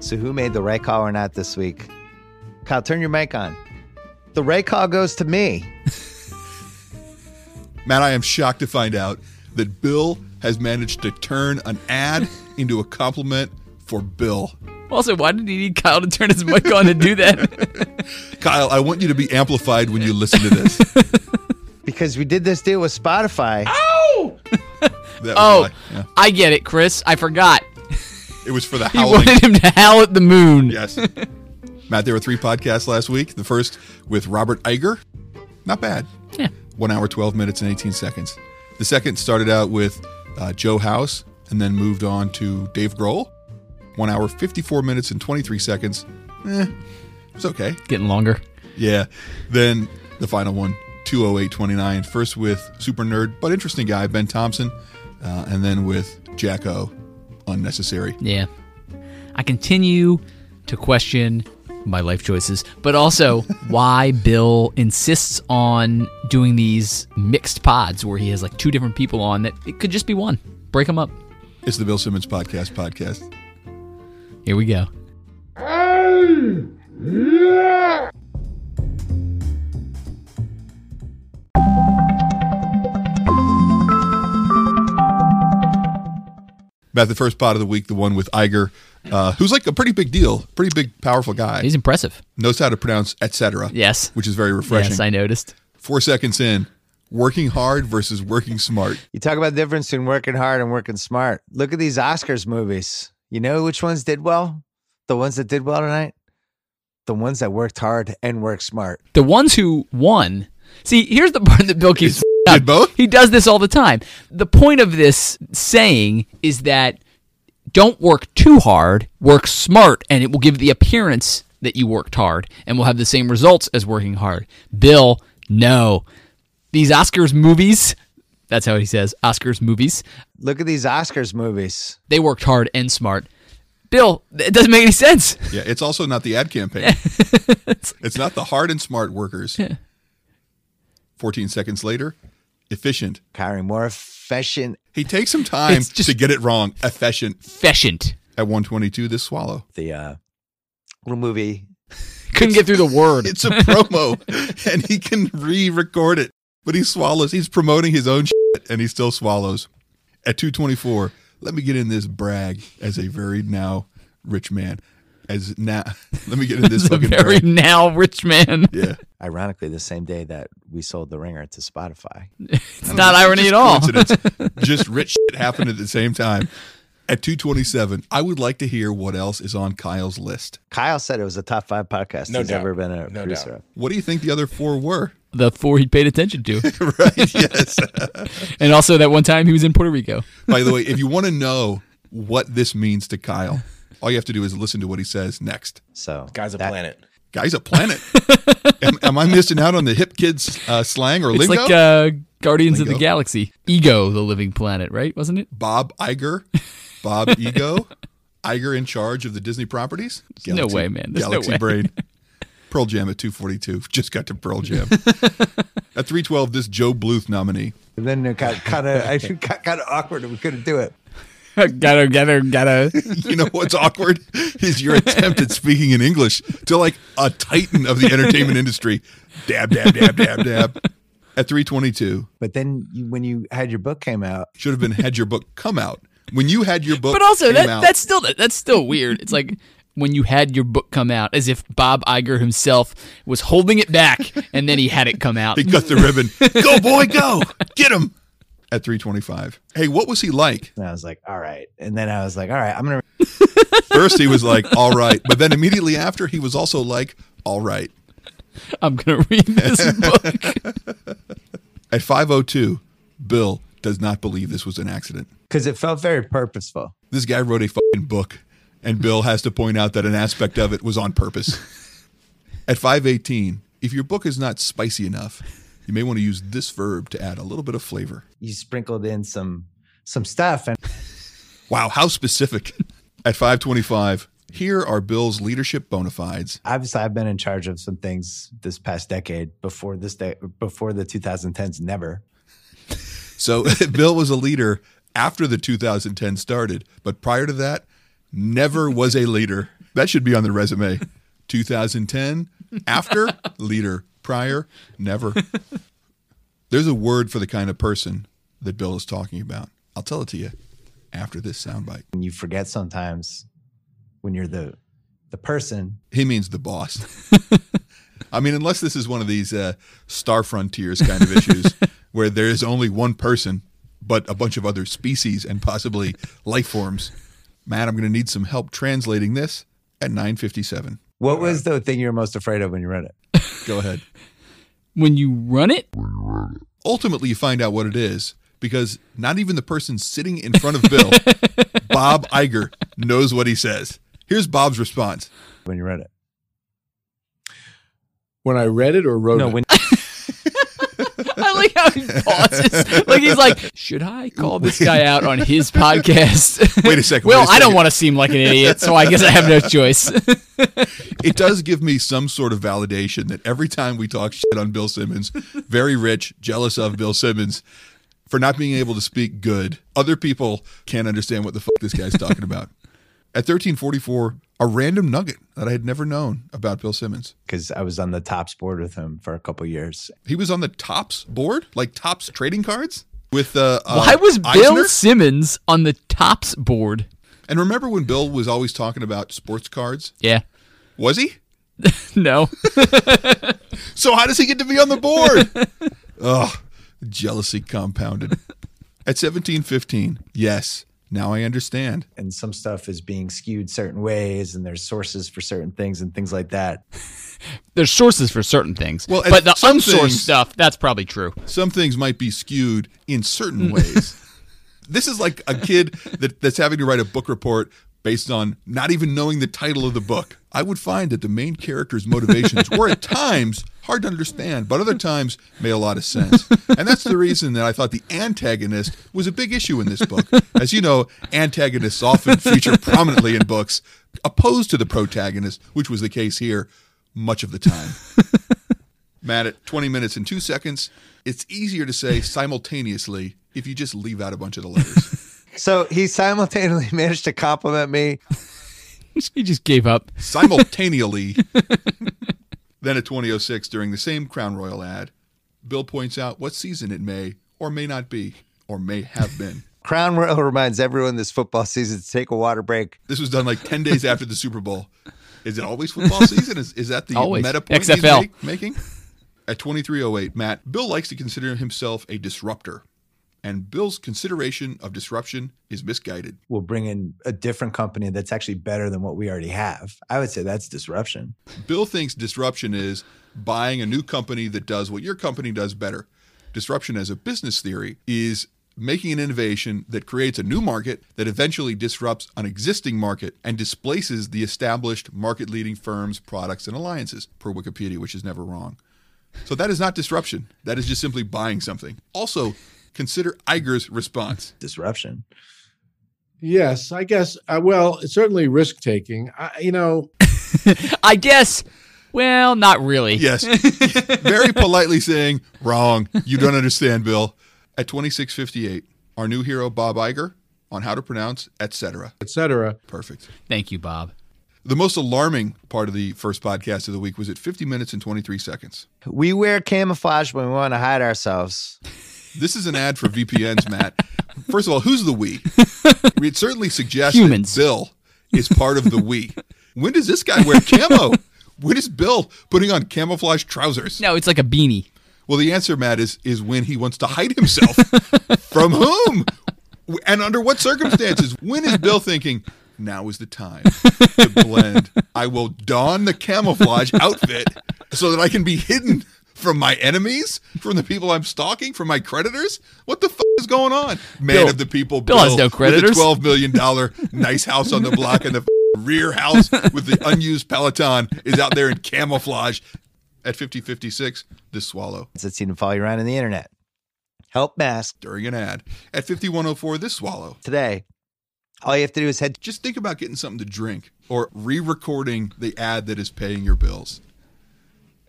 So, who made the right call or not this week? Kyle, turn your mic on. The right call goes to me. Matt, I am shocked to find out that Bill has managed to turn an ad into a compliment for Bill. Also, why did he need Kyle to turn his mic on to do that? Kyle, I want you to be amplified when you listen to this. That Because we did this deal with Spotify. was oh, why. Yeah. I get it, Chris. I forgot. it was for the He howling. wanted him to howl at the moon. yes. Matt, there were three podcasts last week. The first with Robert Iger. Not bad. Yeah. One hour, 12 minutes, and 18 seconds. The second started out with uh, Joe House and then moved on to Dave Grohl. One hour, 54 minutes, and 23 seconds. Eh, it's okay. Getting longer. Yeah. Then the final one, 20829. First with super nerd, but interesting guy, Ben Thompson. Uh, and then with Jacko, unnecessary. Yeah. I continue to question my life choices, but also why Bill insists on doing these mixed pods where he has like two different people on that it could just be one. Break them up. It's the Bill Simmons Podcast podcast. Here we go. About the first pod of the week, the one with Iger, uh, who's like a pretty big deal, pretty big, powerful guy. He's impressive. Knows how to pronounce etc. Yes. Which is very refreshing. Yes, I noticed. Four seconds in, working hard versus working smart. You talk about the difference between working hard and working smart. Look at these Oscars movies. You know which ones did well? The ones that did well tonight? The ones that worked hard and worked smart. The ones who won. See, here's the part that Bill keeps. Did both? He does this all the time. The point of this saying is that don't work too hard, work smart, and it will give the appearance that you worked hard and will have the same results as working hard. Bill, no. These Oscars movies, that's how he says Oscars movies, Look at these Oscars movies. they worked hard and smart. Bill, it doesn't make any sense. Yeah, it's also not the ad campaign. it's not the hard and smart workers. 14 seconds later, efficient. Kyrie more efficient. He takes some time It's just- to get it wrong. Efficient Efficient. at 122 this swallow. The uh, little movie. Couldn't get through the word. It's a promo and he can re-record it, but he swallows. He's promoting his own shit and he still swallows. At 224, let me get in this brag as a very now rich man. As now, let me get in this the fucking very brag. now rich man. Yeah. Ironically, the same day that we sold The Ringer to Spotify. It's not irony at all. coincidence. Just rich shit happened at the same time. At 227, I would like to hear what else is on Kyle's list. Kyle said it was a top five podcast No he's doubt. ever been a No producer doubt. of. What do you think the other four were? The four he paid attention to. right? Yes. And also that one time he was in Puerto Rico. By the way, if you want to know what this means to Kyle, all you have to do is listen to what he says next. So Guy's a that- planet. Guy's a planet. am, am I missing out on the hip kids uh, slang or It's lingo? like uh, Guardians of Lingo. the Galaxy. Ego, the living planet, right? Wasn't it? Bob Iger, Bob Ego, Iger in charge of the Disney properties. There's no way, man. There's no Galaxy way. Brain. Pearl Jam at 242. Just got to Pearl Jam. at 312, this Joe Bluth nominee. And then it got kind of I got kind of awkward and we couldn't do it. gotta, gotta, gotta. You know what's awkward? Is your attempt at speaking in English to like a titan of the entertainment industry. Dab, dab, dab, dab, dab. At 322, But then you, when you had your book came out, should have been had your book come out. When you had your book But also, came that, out, that's still that's still weird. It's like when you had your book come out, as if Bob Iger himself was holding it back, and then he had it come out. He cut the ribbon. go, boy, go. Get him. At 325. Hey, what was he like? and I was like, all right. And then I was like, all right, I'm gonna First, he was like, all right. But then immediately after, he was also like, all right. I'm gonna read this book. At 502, Bill does not believe this was an accident. because it felt very purposeful. This guy wrote a fucking book, and Bill has to point out that an aspect of it was on purpose. At 518, if your book is not spicy enough, you may want to use this verb to add a little bit of flavor. You sprinkled in some some stuff, and Wow, how specific. At 525, here are Bill's leadership bona fides. obviously I've been in charge of some things this past decade before this day before the 2010s. Never. So Bill was a leader after the 2010 started, but prior to that, never was a leader. That should be on the resume. 2010, after, leader, prior, never. There's a word for the kind of person that Bill is talking about. I'll tell it to you after this soundbite. And you forget sometimes when you're the the person. He means the boss. I mean, unless this is one of these uh, Star Frontiers kind of issues where there is only one person, but a bunch of other species and possibly life forms. Matt, I'm going to need some help translating this at 9:57. What was the thing you were most afraid of when you read it? Go ahead. When you run it, Ultimately, you find out what it is because not even the person sitting in front of Bill, Bob Iger, knows what he says. Here's Bob's response. When you read it? When I read it or wrote No, it? when I like how he pauses. Like he's like, should I call this guy out on his podcast? Wait a second, well, wait a I don't second. want to seem like an idiot, so I guess I have no choice. Uh, It does give me some sort of validation that every time we talk shit on Bill Simmons, very rich, jealous of Bill Simmons for not being able to speak good, other people can't understand what the fuck this guy's talking about. At 1344, a random nugget that I had never known about Bill Simmons. because I was on the tops board with him for a couple years. He was on the Tops board, like Tops trading cards with uh, uh Why was Bill Eisner? Simmons on the tops board? And remember when Bill was always talking about sports cards? Yeah. Was he? No. So how does he get to be on the board? Ugh, jealousy compounded. At seventeen fifteen, yes, now I understand. And some stuff is being skewed certain ways, and there's sources for certain things and things like that. There's sources for certain things. Well, Well, and but the some unsourced things- stuff, that's probably true. Some things might be skewed in certain ways. this is like a kid that, that's having to write a book report based on not even knowing the title of the book. I would find that the main character's motivations were at times hard to understand, but other times made a lot of sense. And that's the reason that I thought the antagonist was a big issue in this book. As you know, antagonists often feature prominently in books, opposed to the protagonist, which was the case here much of the time. Matt, at 20 minutes and two seconds, it's easier to say simultaneously if you just leave out a bunch of the letters. So he simultaneously managed to compliment me. he just gave up. simultaneously. then at 2006, during the same Crown Royal ad, Bill points out what season it may or may not be, or may have been. Crown Royal reminds everyone this football season to take a water break. This was done like 10 days after the Super Bowl. Is it always football season? Is, is that the Always. meta point he's XFL. make- making? At 2308, Matt, Bill likes to consider himself a disruptor. And Bill's consideration of disruption is misguided. We'll bring in a different company that's actually better than what we already have. I would say that's disruption. Bill thinks disruption is buying a new company that does what your company does better. Disruption as a business theory is making an innovation that creates a new market that eventually disrupts an existing market and displaces the established market leading firms, products, and alliances, per Wikipedia, which is never wrong. So that is not disruption. That is just simply buying something. Also, consider Iger's response. Disruption. Yes, I guess. Uh, well, it's certainly risk taking. You know, I guess, well, not really. Yes. Very politely saying, wrong. You don't understand, Bill. At 2658, our new hero, Bob Iger, on how to pronounce, etc. etc. Perfect. Thank you, Bob. The most alarming part of the first podcast of the week was at 50 minutes and 23 seconds. We wear camouflage when we want to hide ourselves. This is an ad for VPNs, Matt. First of all, who's the we? It certainly suggests Humans. that Bill is part of the we. When does this guy wear camo? When is Bill putting on camouflage trousers? No, it's like a beanie. Well, the answer, Matt, is is when he wants to hide himself. From whom? And under what circumstances? When is Bill thinking, now is the time to blend? I will don the camouflage outfit so that I can be hidden from my enemies, from the people I'm stalking, from my creditors? What the fuck is going on? Man Bill- of the people, Bill has no with the creditors. $12 million nice house on the block and the rear house with the unused Peloton is out there in camouflage. At 5056, this swallow. That seem to follow you around in the internet. Help mask during an ad. At 5104, this swallow. today. All you have to do is head Just think about getting something to drink or re recording the ad that is paying your bills.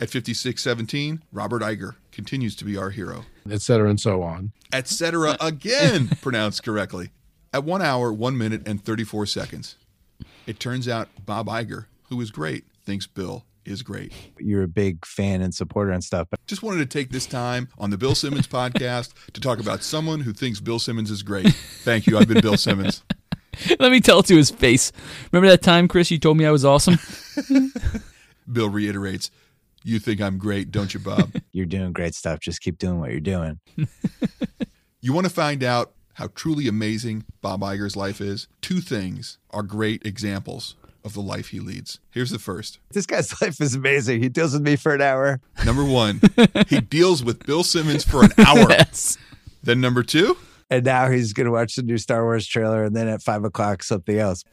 At 5617, Robert Iger continues to be our hero. etc. and so on. Etc. again, pronounced correctly. At one hour, one minute, and 34 seconds. It turns out Bob Iger, who is great, thinks Bill is great. You're a big fan and supporter and stuff. But Just wanted to take this time on the Bill Simmons podcast to talk about someone who thinks Bill Simmons is great. Thank you. I've been Bill Simmons. Let me tell it to his face. Remember that time, Chris, you told me I was awesome? Bill reiterates, You think I'm great, don't you, Bob? you're doing great stuff. Just keep doing what you're doing. You want to find out how truly amazing Bob Iger's life is? Two things are great examples of the life he leads. Here's the first. This guy's life is amazing. He deals with me for an hour. Number one, he deals with Bill Simmons for an hour. Yes. Then number two, And now he's going to watch the new Star Wars trailer. And then at five o'clock, something else.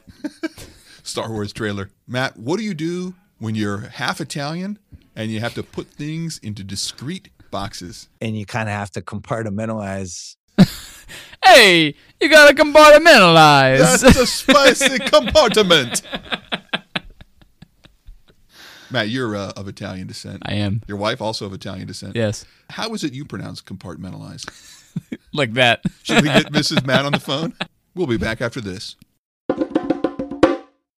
Star Wars trailer. Matt, what do you do when you're half Italian and you have to put things into discrete boxes? And you kind of have to compartmentalize. Hey, you gotta That's compartmentalize. a spicy compartment. Matt, you're uh, of Italian descent. I am. Your wife also of Italian descent. Yes. How is it you pronounce compartmentalize? Like that. Should we get Mrs. Matt on the phone? We'll be back after this.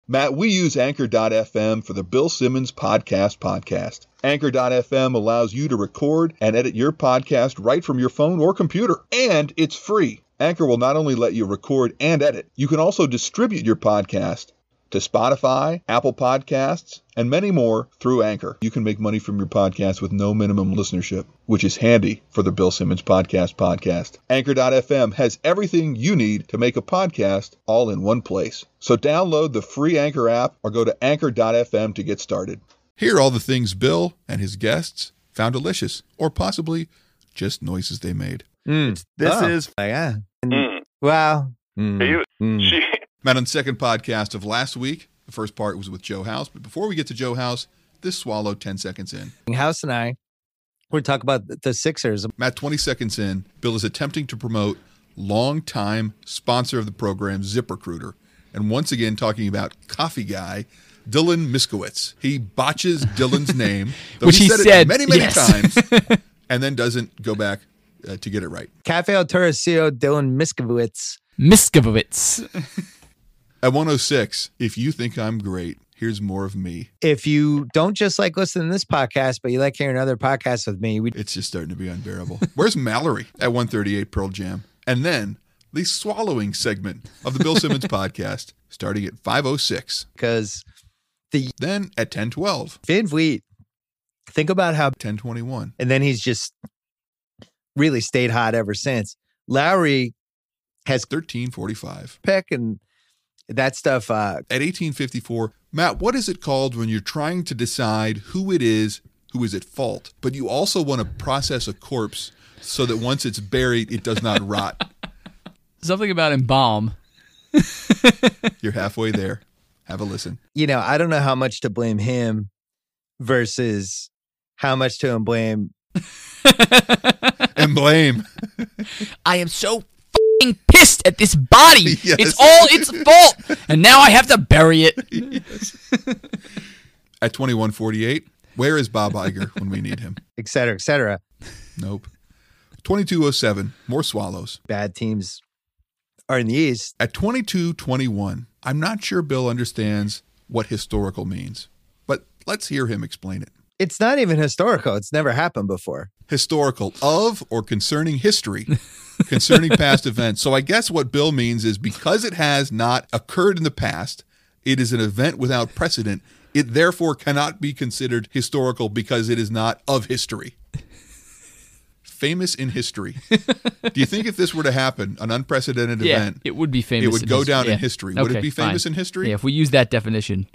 Matt, we use Anchor.fm for the Bill Simmons Podcast podcast. Anchor.fm allows you to record and edit your podcast right from your phone or computer, and it's free. Anchor will not only let you record and edit, you can also distribute your podcast to Spotify, Apple Podcasts, and many more through Anchor. You can make money from your podcast with no minimum listenership, which is handy for the Bill Simmons Podcast podcast. Anchor.fm has everything you need to make a podcast all in one place. So download the free Anchor app or go to anchor.fm to get started. Here are all the things Bill and his guests found delicious or possibly just noises they made. This Oh. is Like, yeah. Mm. Wow. Mm. Are you- Mm. she. Matt, on the second podcast of last week, the first part was with Joe House. But before we get to Joe House, this swallow 10 seconds in. House and I, we talk about the Sixers. Matt, 20 seconds in, Bill is attempting to promote longtime sponsor of the program, ZipRecruiter. And once again, talking about coffee guy, Dylan Miskowitz. He botches Dylan's name, though Which he said, said, it many, many yes. times, and then doesn't go back uh, to get it right. Cafe Altura CEO Dylan Miskowitz. Miskovitz. At 106, if you think I'm great, here's more of me. If you don't just like listening to this podcast, but you like hearing other podcasts with me, we It's just starting to be unbearable. Where's Mallory at 138 Pearl Jam? And then the swallowing segment of the Bill Simmons podcast, starting at 506. because Then at 1012, Van Vliet, think about how, 1021. and then he's just really stayed hot ever since. Lowry has 1345. pick and that stuff. Uh, At 1854, Matt, what is it called when you're trying to decide who it is who is at fault, but you also want to process a corpse so that once it's buried, it does not rot? Something about embalm. You're halfway there. Have a listen. you know, I don't know how much to blame him versus how much to blame And blame. I am so fing pissed at this body. Yes. It's all its fault. And now I have to bury it. At 2148, where is Bob Iger when we need him? et cetera, et cetera. Nope. 2207, more swallows. Bad teams are in the East. At 2221, I'm not sure Bill understands what historical means, but let's hear him explain it. It's not even historical. It's never happened before. Historical of or concerning history, concerning past events. So I guess what Bill means is because it has not occurred in the past, it is an event without precedent. It therefore cannot be considered historical because it is not of history. Famous in history. Do you think if this were to happen, an unprecedented Yeah, event, it would be famous. it would in go history. down Yeah. in history. Would Okay, it be famous fine. in history? Yeah, if we use that definition,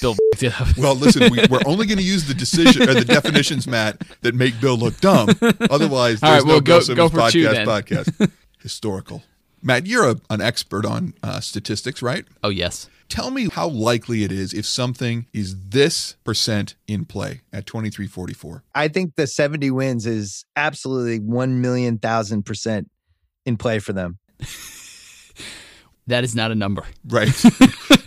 Bill f***ed it up. Well, listen, we, we're only going to use the decision or the definitions, Matt, that make Bill look dumb. Otherwise, there's All right, no Bill well, go- Simmons go for podcast. two then. Podcast historical. Matt, you're a, an expert on uh, statistics, right? Oh yes. Tell me how likely it is if something is this percent in play at 2344. I think the 70 wins is absolutely 1 million thousand percent in play for them. That is not a number. Right.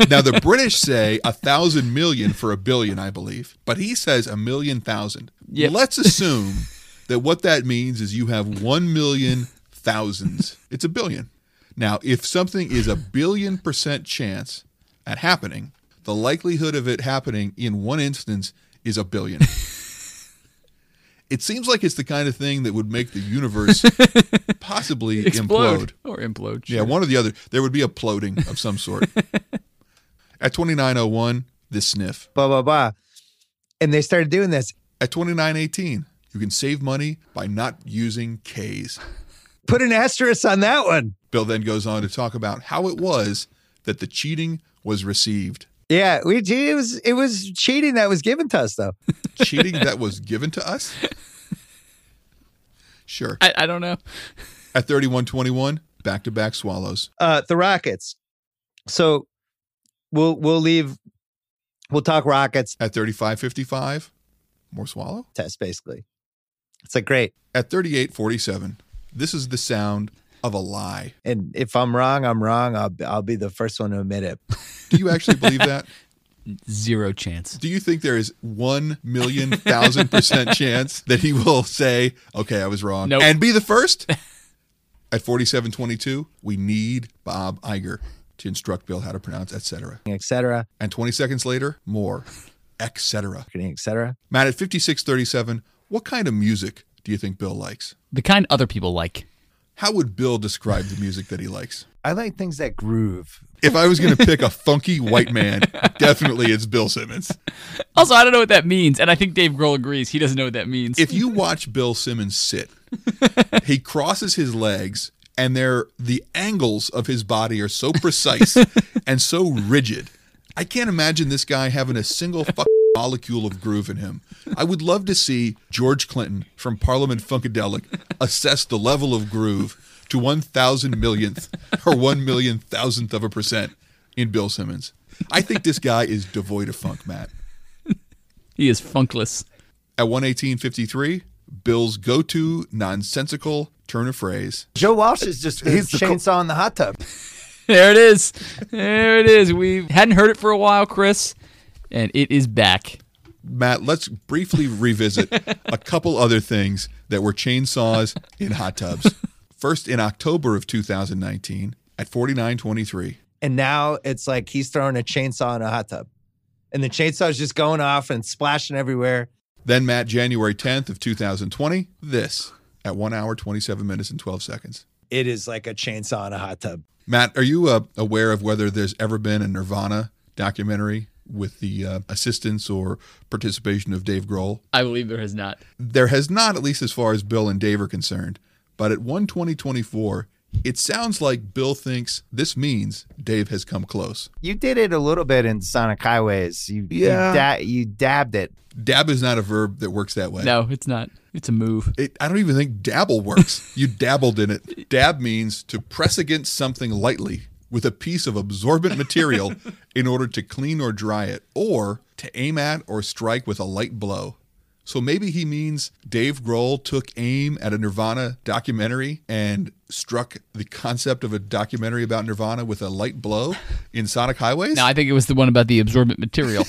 now, the British say a thousand million for a billion, I believe, but he says a million thousand. Yep. Let's assume that what that means is you have one million thousands. It's a billion. Now, if something is a billion percent chance at happening, the likelihood of it happening in one instance is a billion. it seems like it's the kind of thing that would make the universe possibly implode. Explode or implode. Yeah, one or the other. There would be a ploding of some sort. At 2901, this sniff. blah blah blah. And they started doing this. At 2918, you can save money by not using Ks. Put an asterisk on that one. Bill then goes on to talk about how it was that the cheating was received. Yeah, we it was it was cheating that was given to us though. Cheating that was given to us? Sure. I, I don't know. At 3121, back to back swallows. Uh the Rockets. So we'll we'll leave we'll talk Rockets At 3555, more swallow. test basically. It's like great. At 3847, this is the sound of a lie. And if I'm wrong, I'm wrong. I'll I'll be the first one to admit it. Do you actually believe that? Zero chance. Do you think there is one million thousand percent chance that he will say, okay, I was wrong, Nope. and be the first? At 4722, we need Bob Iger to instruct Bill how to pronounce etc. Etc. And 20 seconds later, more, etc. Etc. Matt, at 5637, what kind of music do you think Bill likes? The kind other people like. How would Bill describe the music that he likes? I like things that groove. If I was going to pick a funky white man, definitely it's Bill Simmons. Also, I don't know what that means, and I think Dave Grohl agrees. He doesn't know what that means. if you watch Bill Simmons sit, he crosses his legs and they're the angles of his body are so precise and so rigid. I can't imagine this guy having a single fucking molecule of groove in him. I would love to see George Clinton from Parliament Funkadelic assess the level of groove to one thousand millionth or one million thousandth of a percent in Bill Simmons. I think this guy is devoid of funk, Matt. he is funkless. At 118.53, Bill's go to nonsensical turn of phrase. Joe Walsh is just he's He's the co- chainsaw in the hot tub. There it is. There it is. We hadn't heard it for a while, Chris, and it is back. Matt, let's briefly revisit a couple other things that were chainsaws in hot tubs. First, in October of 2019, at 49.23, And now it's like he's throwing a chainsaw in a hot tub. And the chainsaw is just going off and splashing everywhere. then Matt, January 10th of 2020, this at 1 hour, 27 minutes, and 12 seconds. It is like a chainsaw in a hot tub. Matt, are you uh, aware of whether there's ever been a Nirvana documentary with the uh, assistance or participation of Dave Grohl? I believe there has not. there has not, at least as far as Bill and Dave are concerned. But at 12024, it sounds like Bill thinks this means Dave has come close. You did it a little bit in Sonic Highways. You Yeah. you, da- you dabbed it. Dab is not a verb that works that way. No, it's not. It's a move. It, I don't even think dabble works. you dabbled in it. Dab means to press against something lightly with a piece of absorbent material in order to clean or dry it, or to aim at or strike with a light blow. So maybe he means Dave Grohl took aim at a Nirvana documentary and struck the concept of a documentary about Nirvana with a light blow in Sonic Highways. No, I think it was the one about the absorbent material.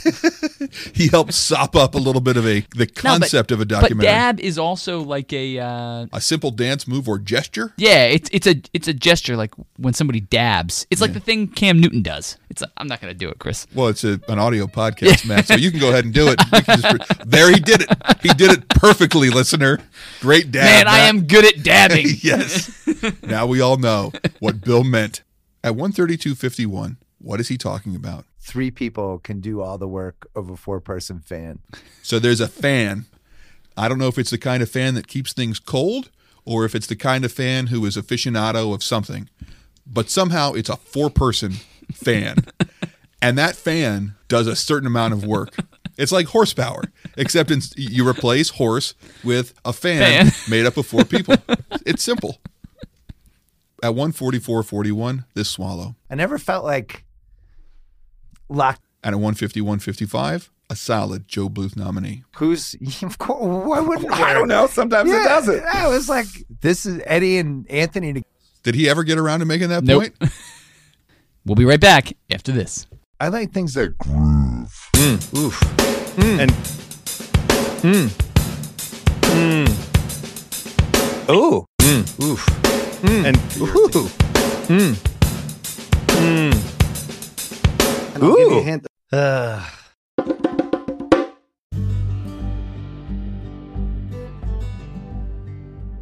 he helped sop up a little bit of a the No, but- concept of a documentary. But dab is also like a uh, a simple dance move or gesture. yeah. It's it's a it's a gesture like when somebody dabs. It's like the thing Cam Newton does. It's i I'm not gonna do it, Chris. Well, it's a, an audio podcast, Matt, so you can go ahead and do it. We can just pre- there he did it. He did it perfectly, listener. Great dad. Man, I Matt. am good at dabbing. yes. Now we all know what Bill meant. At 132.51, what is he talking about? Three people can do all the work of a four person fan. So there's a fan. I don't know if it's the kind of fan that keeps things cold or if it's the kind of fan who is aficionado of something, but somehow it's a four person fan. and that fan does a certain amount of work. It's like horsepower, except in, you replace horse with a fan, Fan. made up of four people. It's simple. At 144.41, this swallow. I never felt like locked. And at 151.55, a solid Joe Bluth nominee. Who's of course? Why wouldn't I don't know. Sometimes it doesn't. I was like, this is Eddie and Anthony. to- Did he ever get around to making that Nope. point? We'll be right back after this. I like things that Mm, And Mm. ooh Mm, and Mm. ooh. Mm. and I'll give you a Ooh. hint. Ugh.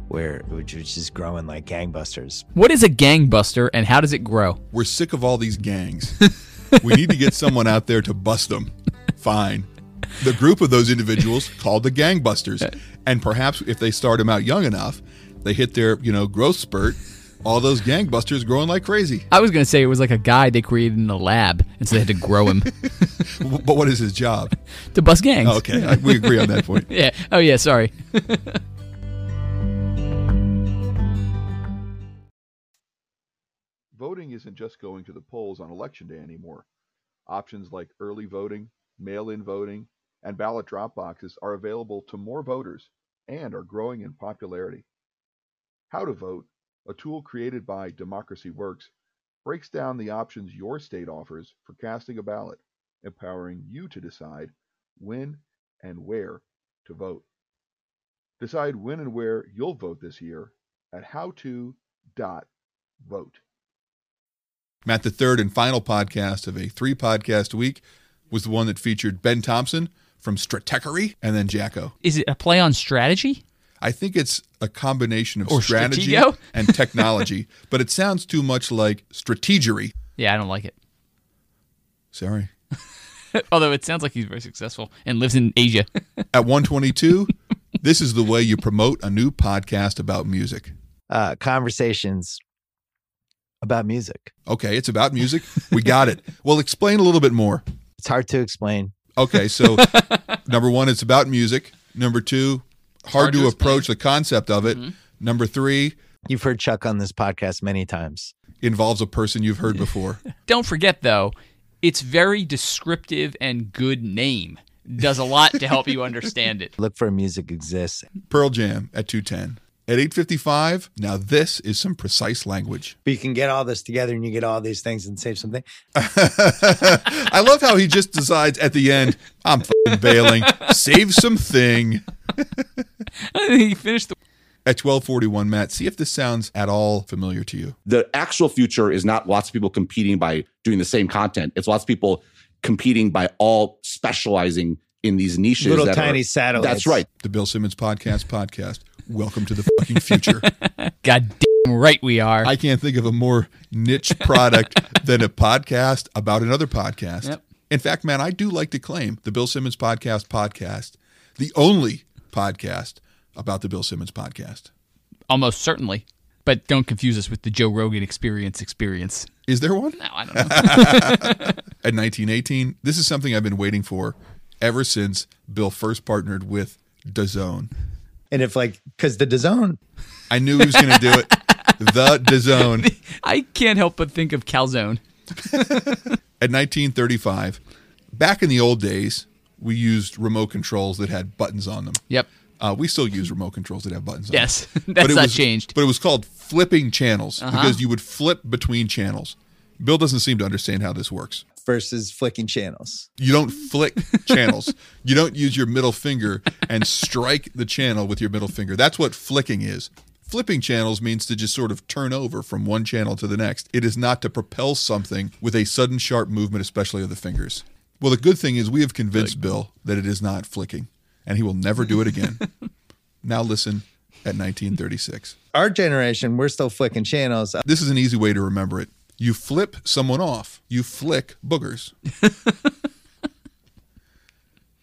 Where which is just growing like gangbusters. What is a gangbuster and how does it grow? We're sick of all these gangs. we need to get someone out there to bust them. Fine. The group of those individuals called the gangbusters. And perhaps if they start them out young enough, they hit their, you know, growth spurt, all those gangbusters growing like crazy. I was going to say it was like a guy they created in a lab, and so they had to grow him W- But what is his job? to bust gangs. Oh, okay, I, we agree on that point. Yeah. Oh, yeah. Sorry. voting isn't just going to the polls on election day anymore. Options like early voting, mail in voting, and ballot drop boxes are available to more voters and are growing in popularity. How to Vote, a tool created by Democracy Works, breaks down the options your state offers for casting a ballot, empowering you to decide when and where to vote. Decide when and where you'll vote this year at howto.vote. Matt, the third and final podcast of a three podcast week was the one that featured Ben Thompson from Stratechery and then Jacko. Is it a play on strategy? I think it's a combination of Or strategy Stratego? and technology, but it sounds too much like strategery. Yeah, I don't like it. Sorry. Although it sounds like he's very successful and lives in Asia. At 122, this is the way you promote a new podcast about music. Uh, conversations about music. Okay, it's about music. We got it. Well, explain a little bit more. It's hard to explain. Okay, so number one, it's about music. Number two, hard, Hard to, to explain. Mm-hmm. approach the concept of it. Number three, You've heard Chuck on this podcast many times. involves a person you've heard before. don't forget though, it's very descriptive and good name does a lot to help you understand it. Look for music exists. Pearl Jam at 210. At 855, now this is some precise language. But you can get all this together and you get all these things and save something. I love how he just decides at the end, I'm fing bailing. Save something. he finished the At 1241, Matt, see if this sounds at all familiar to you. The actual future is not lots of people competing by doing the same content. It's lots of people competing by all specializing in these niches. Little that tiny are- satellites. That's right. The Bill Simmons Podcast Podcast. Welcome to the fucking future. goddamn right we are. I can't think of a more niche product than a podcast about another podcast. Yep. In fact, man, I do like to claim the Bill Simmons Podcast Podcast, the only podcast about the Bill Simmons Podcast. Almost certainly. But don't confuse us with the Joe Rogan experience experience. Is there one? No, I don't know. at 1918. This is something I've been waiting for ever since Bill first partnered with DAZN. And if like, because the DAZN, I knew he was going to do it. The DAZN I can't help but think of calzone. at 1935. Back in the old days, we used remote controls that had buttons on them. Yep. Uh, we still use remote controls that have buttons on Yes. them. That's But it not was- changed. Uh-huh. But it was called flipping channels because you would flip between channels. Bill doesn't seem to understand how this works. versus flicking channels. You don't flick channels. You don't use your middle finger and strike the channel with your middle finger. That's what flicking is. Flipping channels means to just sort of turn over from one channel to the next. It is not to propel something with a sudden sharp movement, especially of the fingers. Well, the good thing is we have convinced Bill that it is not flicking, and he will never do it again. now listen at 1936. Our generation, we're still flicking channels. This is an easy way to remember it. You flip someone off, you flick boogers.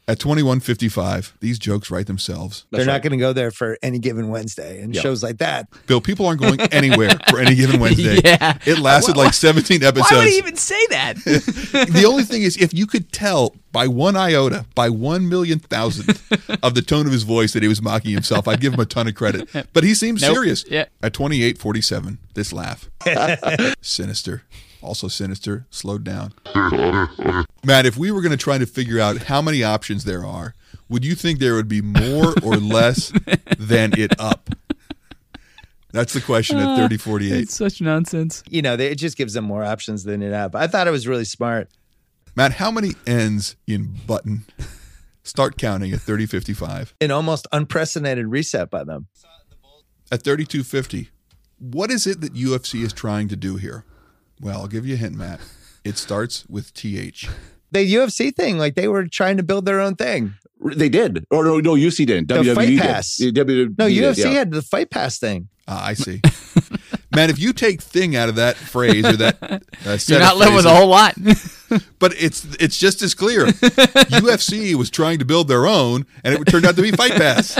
At 2155, these jokes write themselves. They're not going to go there for any given Wednesday and shows like that. Bill, people aren't going anywhere for any given Wednesday. Yeah. It lasted like 17 episodes. Why would he even say that? the only thing is, if you could tell by one iota, by one million thousandth of the tone of his voice that he was mocking himself, I'd give him a ton of credit. But he seems Nope. serious. Yeah. At 2847, this laugh. sinister. Also sinister, slowed down. Matt, if we were going to try to figure out how many options there are, would you think there would be more or less than it up? That's the question at 3048. such nonsense. You know, they, it just gives them more options than it have. I thought it was really smart. Matt, how many ends in button? Start counting at 3055. An almost unprecedented reset by them. At 3250, what is it that UFC is trying to do here? Well, I'll give you a hint, Matt. It starts with TH. The UFC thing, like they were trying to build their own thing. They did. Or no, no, UFC didn't. The WWE Fight did. Pass. Yeah, WWE No, did, UFC yeah. had the fight pass thing. Ah, I see. Man, if you take thing out of that phrase or that uh, set You're of not left with a phrases- whole lot. but it's it's just as clear. UFC was trying to build their own, and it turned out to be Fight Pass.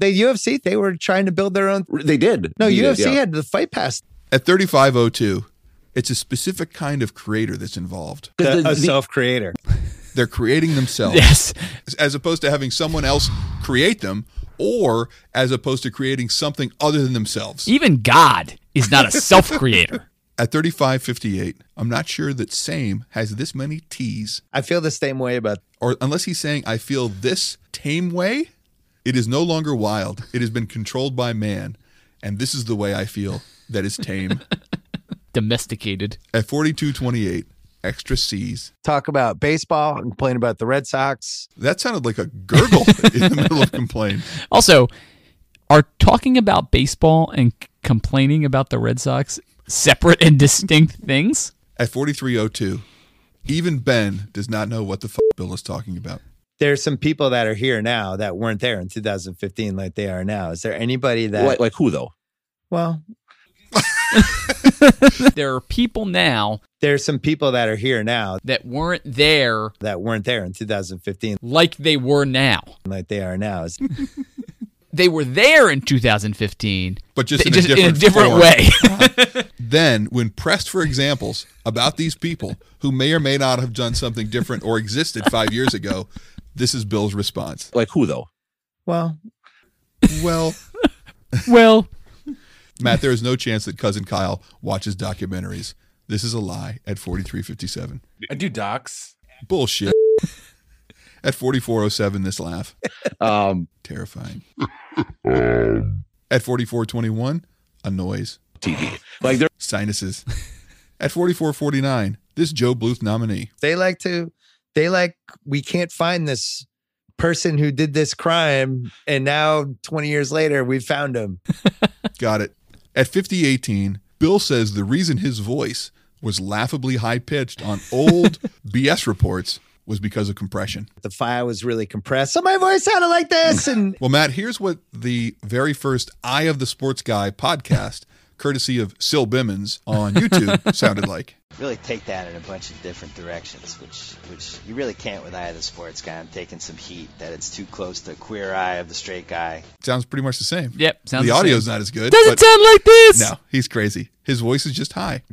The UFC, they were trying to build their own. They did. No, They did, UFC yeah. had the fight pass. At 3502, it's a specific kind of creator that's involved. 'Cause the- the- self-creator. They're creating themselves yes. as opposed to having someone else create them or as opposed to creating something other than themselves. Even God is not a self creator. At 3558, I'm not sure that same has this many T's I feel the same way about or unless he's saying I feel this tame way, it is no longer wild. It has been controlled by man, and this is the way I feel that is tame. Domesticated. At 4228, extra C's. talk about baseball and complain about the Red Sox. That sounded like a gurgle in the middle of complaint. Also, are talking about baseball and c- complaining about the Red Sox separate and distinct things? At 4302, even Ben does not know what the fuck Bill is talking about. There's some people that are here now that weren't there in 2015 like they are now. Is there anybody that like, like who though? well, There are people now there's some people that are here now that weren't there that weren't there in 2015 like they were now. like they are now. Is- They were there in 2015, But just, in, just a different in a different form. way. Then, when pressed for examples about these people who may or may not have done something different or existed five years ago, this is Bill's response. Like who though? well, Well, well, Matt, there is no chance that cousin Kyle watches documentaries. This is a lie at 4357. I do docs. Bullshit. at 4407 this laugh. Um, Terrifying. at 4421 a noise. TV. Like they're Sinuses. At 4449 this Joe Bluth nominee. they like to they like we can't find this person who did this crime and now 20 years later we found him. Got it. At 5018 Bill says the reason his voice was laughably high pitched on old BS reports was because of compression. The file was really compressed. So my voice sounded like this and Well, Matt, here's what the very first Eye of the Sports Guy podcast, courtesy of Syl Bimmons on YouTube, sounded like. really take that in a bunch of different directions, which which you really can't with Eye of the Sports Guy. I'm taking some heat that it's too close to Queer Eye of the Straight Guy. Sounds pretty much the same. Yep, sounds the the same. audio's not as good. doesn't but sound like this. no, he's crazy. His voice is just high.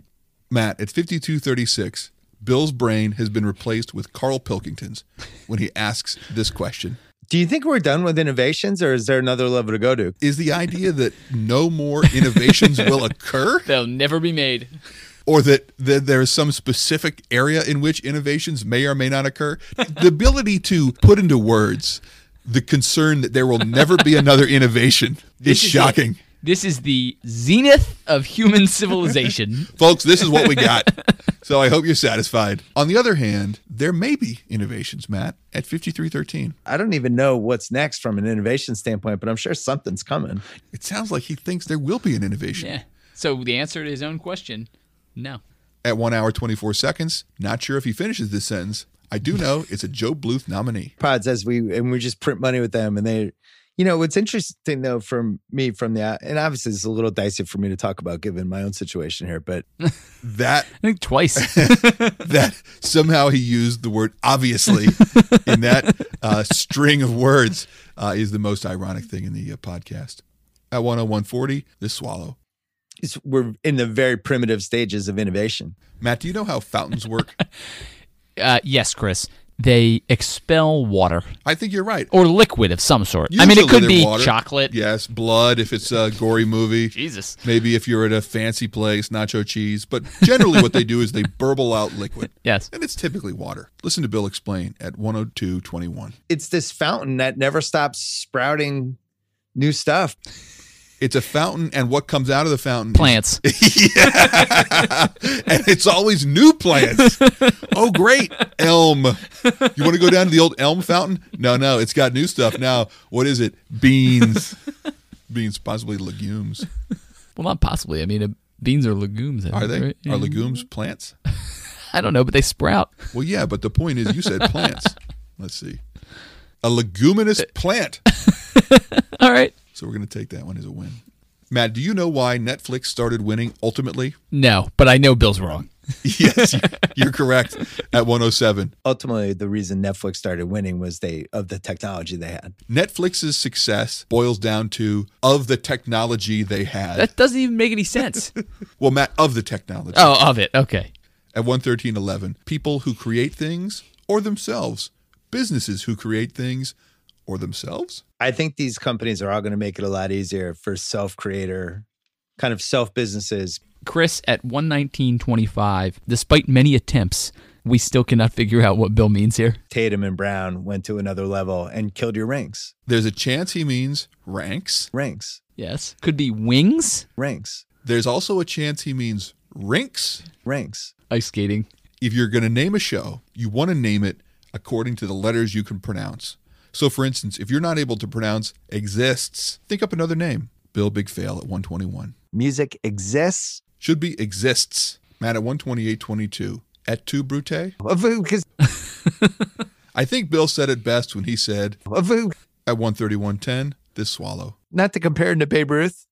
Matt, at 5236, Bill's brain has been replaced with Carl Pilkington's when he asks this question. do you think we're done with innovations or is there another level to go to? Is the idea that no more innovations will occur They'll never be made. or that, that there is some specific area in which innovations may or may not occur. The ability to put into words the concern that there will never be another innovation is shocking. This is the zenith of human civilization. Folks, this is what we got. So I hope you're satisfied. On the other hand, there may be innovations, Matt, at 5313. I don't even know what's next from an innovation standpoint, but I'm sure something's coming. It sounds like he thinks there will be an innovation. yeah. So the answer to his own question, no. At 1 hour 24 seconds, not sure if he finishes this sentence. I do know it's a Joe Bluth nominee. Pods as we and we just print money with them, and they, you know, what's interesting though from me from the and obviously it's a little dicey for me to talk about given my own situation here, but That I think twice. that somehow he used the word obviously in that uh, string of words uh, is the most ironic thing in the uh, podcast. At 10140, this swallow. it's, we're in the very primitive stages of innovation. Matt, do you know how fountains work? uh, yes, Chris. They expel water I think you're right. or liquid of some sort. I mean, it Usually could they're be water. chocolate. Yes, blood if it's a gory movie. Jesus. Maybe if you're at a fancy place, nacho cheese. But generally, what they do is they burble out liquid, Yes. and it's typically water. Listen to Bill explain at 10221. It's this fountain that never stops sprouting new stuff. It's a fountain, and what comes out of the fountain is Plants. yeah. and it's always new plants. Oh, great. Elm. You want to go down to the old elm fountain? No, no. It's got new stuff now. What is it? Beans. Beans, possibly legumes. Well, not possibly. I mean, uh, beans are legumes. I Are think, they? right? Yeah. Are legumes plants? I don't know, but they sprout. Well, yeah, but the point is, you said plants. Let's see. A Uh, leguminous plant. All right. So we're going to take that one as a win. Matt, do you know why Netflix started winning ultimately? No, but I know Bill's wrong. yes, you- you're correct at 107. Ultimately, the reason Netflix started winning was they of the technology they had. Netflix's success boils down to of the technology they had. That doesn't even make any sense. well, Matt, of the technology. oh, of it. Okay. At 113.11, people who create things or themselves, businesses who create things or themselves. I think these companies are all going to make it a lot easier for self-creator, kind of self-businesses. Chris at 119.25, despite many attempts, we still cannot figure out what Bill means here. Tatum and Brown went to another level and killed your ranks. There's a chance he means ranks. Ranks. Yes. Could be wings, Ranks. There's also a chance he means rinks. Ranks. ice skating. if you're going to name a show, you want to name it according to the letters you can pronounce. So, for instance, if you're not able to pronounce exists, think up another name. Bill Big Fail at 121. Music exists. Should be exists. Matt at 128.22. Et tu, Brute? Because I think Bill said it best when he said at 131.10, this swallow. not to compare him to Babe Ruth.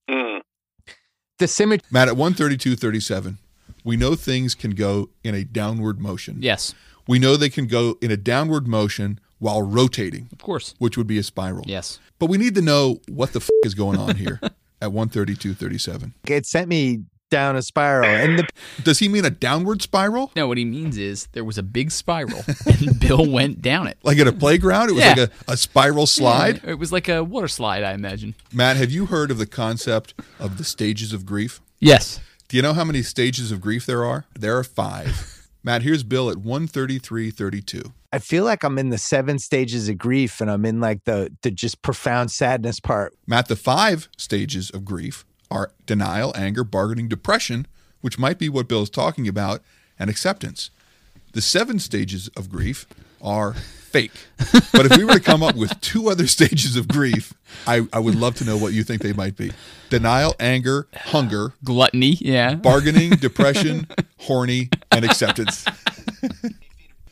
The symmetry. Matt at 132.37. We know things can go in a downward motion. Yes, We know they can go in a downward motion while rotating, of course. which would be a spiral. Yes. But we need to know what the f- is going on here at 132.37. It sent me down a spiral, and the Does he mean a downward spiral? No, what he means is there was a big spiral and Bill went down it. Like at a playground? It was Yeah. like a, a spiral slide? It was like a water slide, I imagine. Matt, have you heard of the concept of the stages of grief? Yes. Do you know how many stages of grief there are? There are five. Matt, here's Bill at 133.32. I feel like I'm in the seven stages of grief, and I'm in like the the just profound sadness part. Matt, the five stages of grief are denial, anger, bargaining, depression, which might be what Bill's talking about, and acceptance. The seven stages of grief are fake. But if we were to come up with two other stages of grief, I, I would love to know what you think they might be denial, anger, hunger, Gluttony. Yeah. bargaining, depression, horny, and acceptance.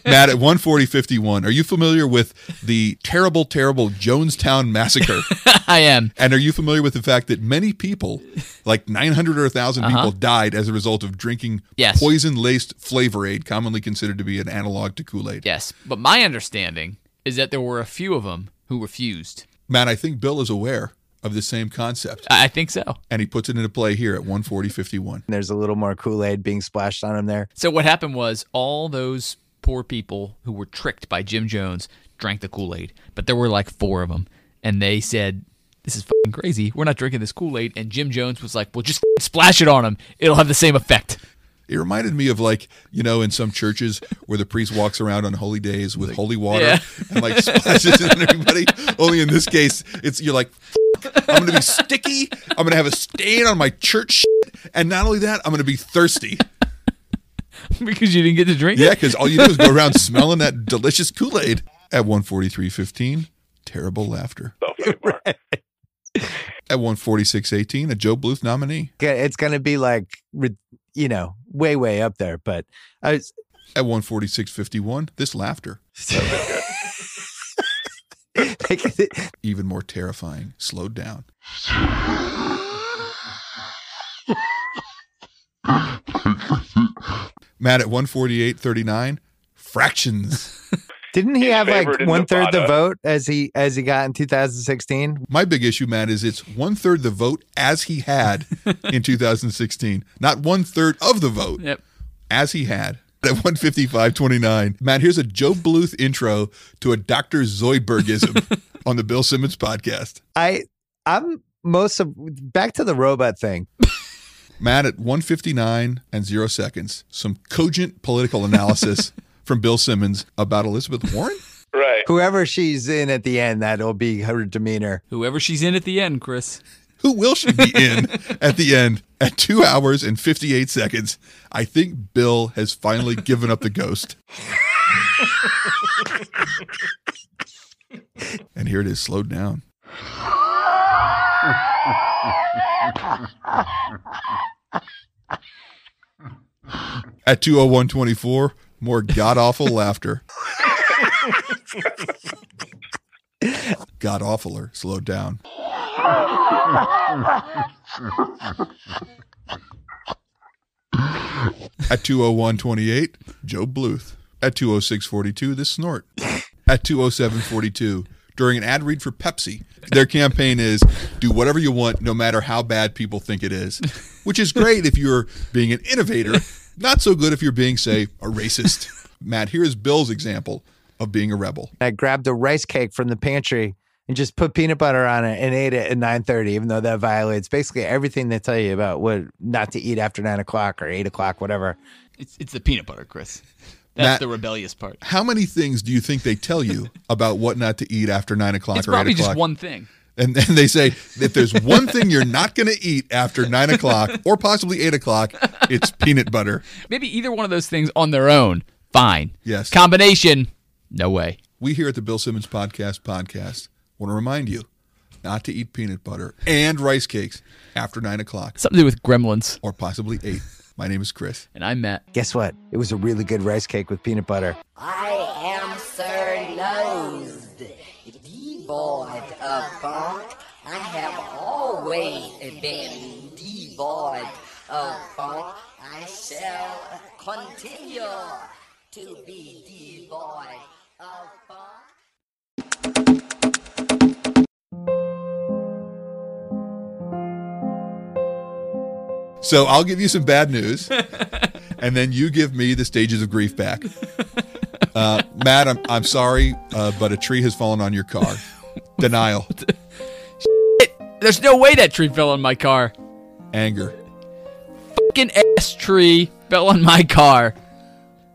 Matt at 140.51, are you familiar with the terrible, terrible Jonestown massacre? I am. And are you familiar with the fact that many people, like 900 or 1,000 people, died as a result of drinking Uh-huh. Yes. poison laced flavor aid, commonly considered to be an analog to Kool Aid? Yes. But my understanding is that there were a few of them who refused. Matt, I think Bill is aware of the same concept, I I think so. and he puts it into play here at 140.51. And there's a little more Kool Aid being splashed on him there. So what happened was all those poor people who were tricked by Jim Jones drank the Kool-Aid, but there were like four of them, and they said, "This is fucking crazy. We're not drinking this Kool-Aid." And Jim Jones was like, "Well, just f***ing splash it on them. It'll have the same effect." It reminded me of like, you know, in some churches where the priest walks around on holy days with holy water Yeah. and like splashes it on everybody. Only in this case, it's you're like, "Fuck, I'm going to be sticky. I'm going to have a stain on my church shit. And not only that, I'm going to be thirsty. because you didn't get to drink Yeah, it. because all you do is go around smelling that delicious Kool Aid. At 143.15, terrible laughter. At 146.18, a Joe Bluth nominee. Okay, It's going to be like, re- you know, way, way up there. But I was, At 146.51, this laughter. like, Even more terrifying, slowed down. Matt at 148.39, fractions. didn't he have like favored in one third the Nevada. vote as he as he got in 2016? My big issue, Matt, is it's one third the vote as he had in 2016, not one third of the vote. Yep. as he had at 155.29. Matt, here's a Joe Bluth intro to a Dr. Zoidbergism on the Bill Simmons podcast. I I'm most of back to the robot thing. Matt at 159 and zero seconds, some cogent political analysis from Bill Simmons about Elizabeth Warren. Right. Whoever she's in at the end, that'll be her demeanor. Whoever she's in at the end, Chris. Who will she be in at the end at two hours and 58 seconds? I think Bill has finally given up the ghost. and here it is, slowed down. At 20124, more god awful laughter. God awfuler, slow down. At 20128, Joe Bluth. At 20642, the snort. At 20742, during an ad read for Pepsi, their campaign is do whatever you want, no matter how bad people think it is, which is great if you're being an innovator, not so good if you're being, say, a racist. Matt, here is Bill's example of being a rebel. I grabbed a rice cake from the pantry and just put peanut butter on it and ate it at 9.30, even though that violates basically everything they tell you about what not to eat after 9 o'clock or 8 o'clock, whatever. It's it's the peanut butter, Chris. That's Matt- the rebellious part. How many things do you think they tell you about what not to eat after nine o'clock It's or eight probably o'clock? just one thing. And then they say if there's one thing you're not going to eat after nine o'clock or possibly eight o'clock, it's peanut butter. Maybe either one of those things on their own, fine. Yes. Combination, no way. We here at the Bill Simmons Podcast podcast want to remind you not to eat peanut butter and rice cakes after nine o'clock Something to do with gremlins. or possibly eight. My name is Chris. And I'm Matt. Guess what? It was a really good rice cake with peanut butter. I am Sir Nosed, devoid of funk. I have always been devoid of funk. I shall continue to be devoid of funk. So I'll give you some bad news, and then you give me the stages of grief back. Uh, Matt, I'm, I'm sorry, uh, but a tree has fallen on your car. Denial, There's no way that tree fell on my car. anger, Fucking ass tree fell on my car.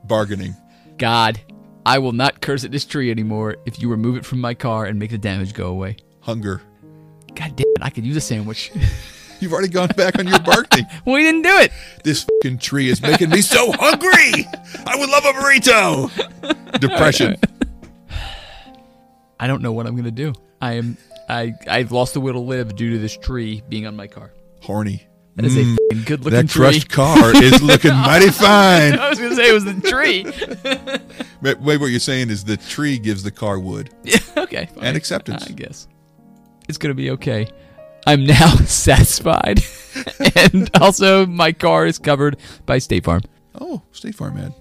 bargaining, God, I will not curse at this tree anymore if you remove it from my car and make the damage go away. hunger. God damn it, I could use a sandwich. You've already gone back on your bargaining. we didn't do it. This fucking tree is making me so hungry. I would love a burrito. Depression, I don't know what I'm gonna do. I am I I've lost the will to live due to this tree being on my car. horny. Mm. That is a fucking good looking That tree. crushed car is looking mighty fine. I was gonna say it was the tree. Wait, wait, what you're saying is the tree gives the car wood. okay. fine. And acceptance. I guess. It's going to be okay. I'm now satisfied. and also, my car is covered by State Farm. Oh, State Farm ad.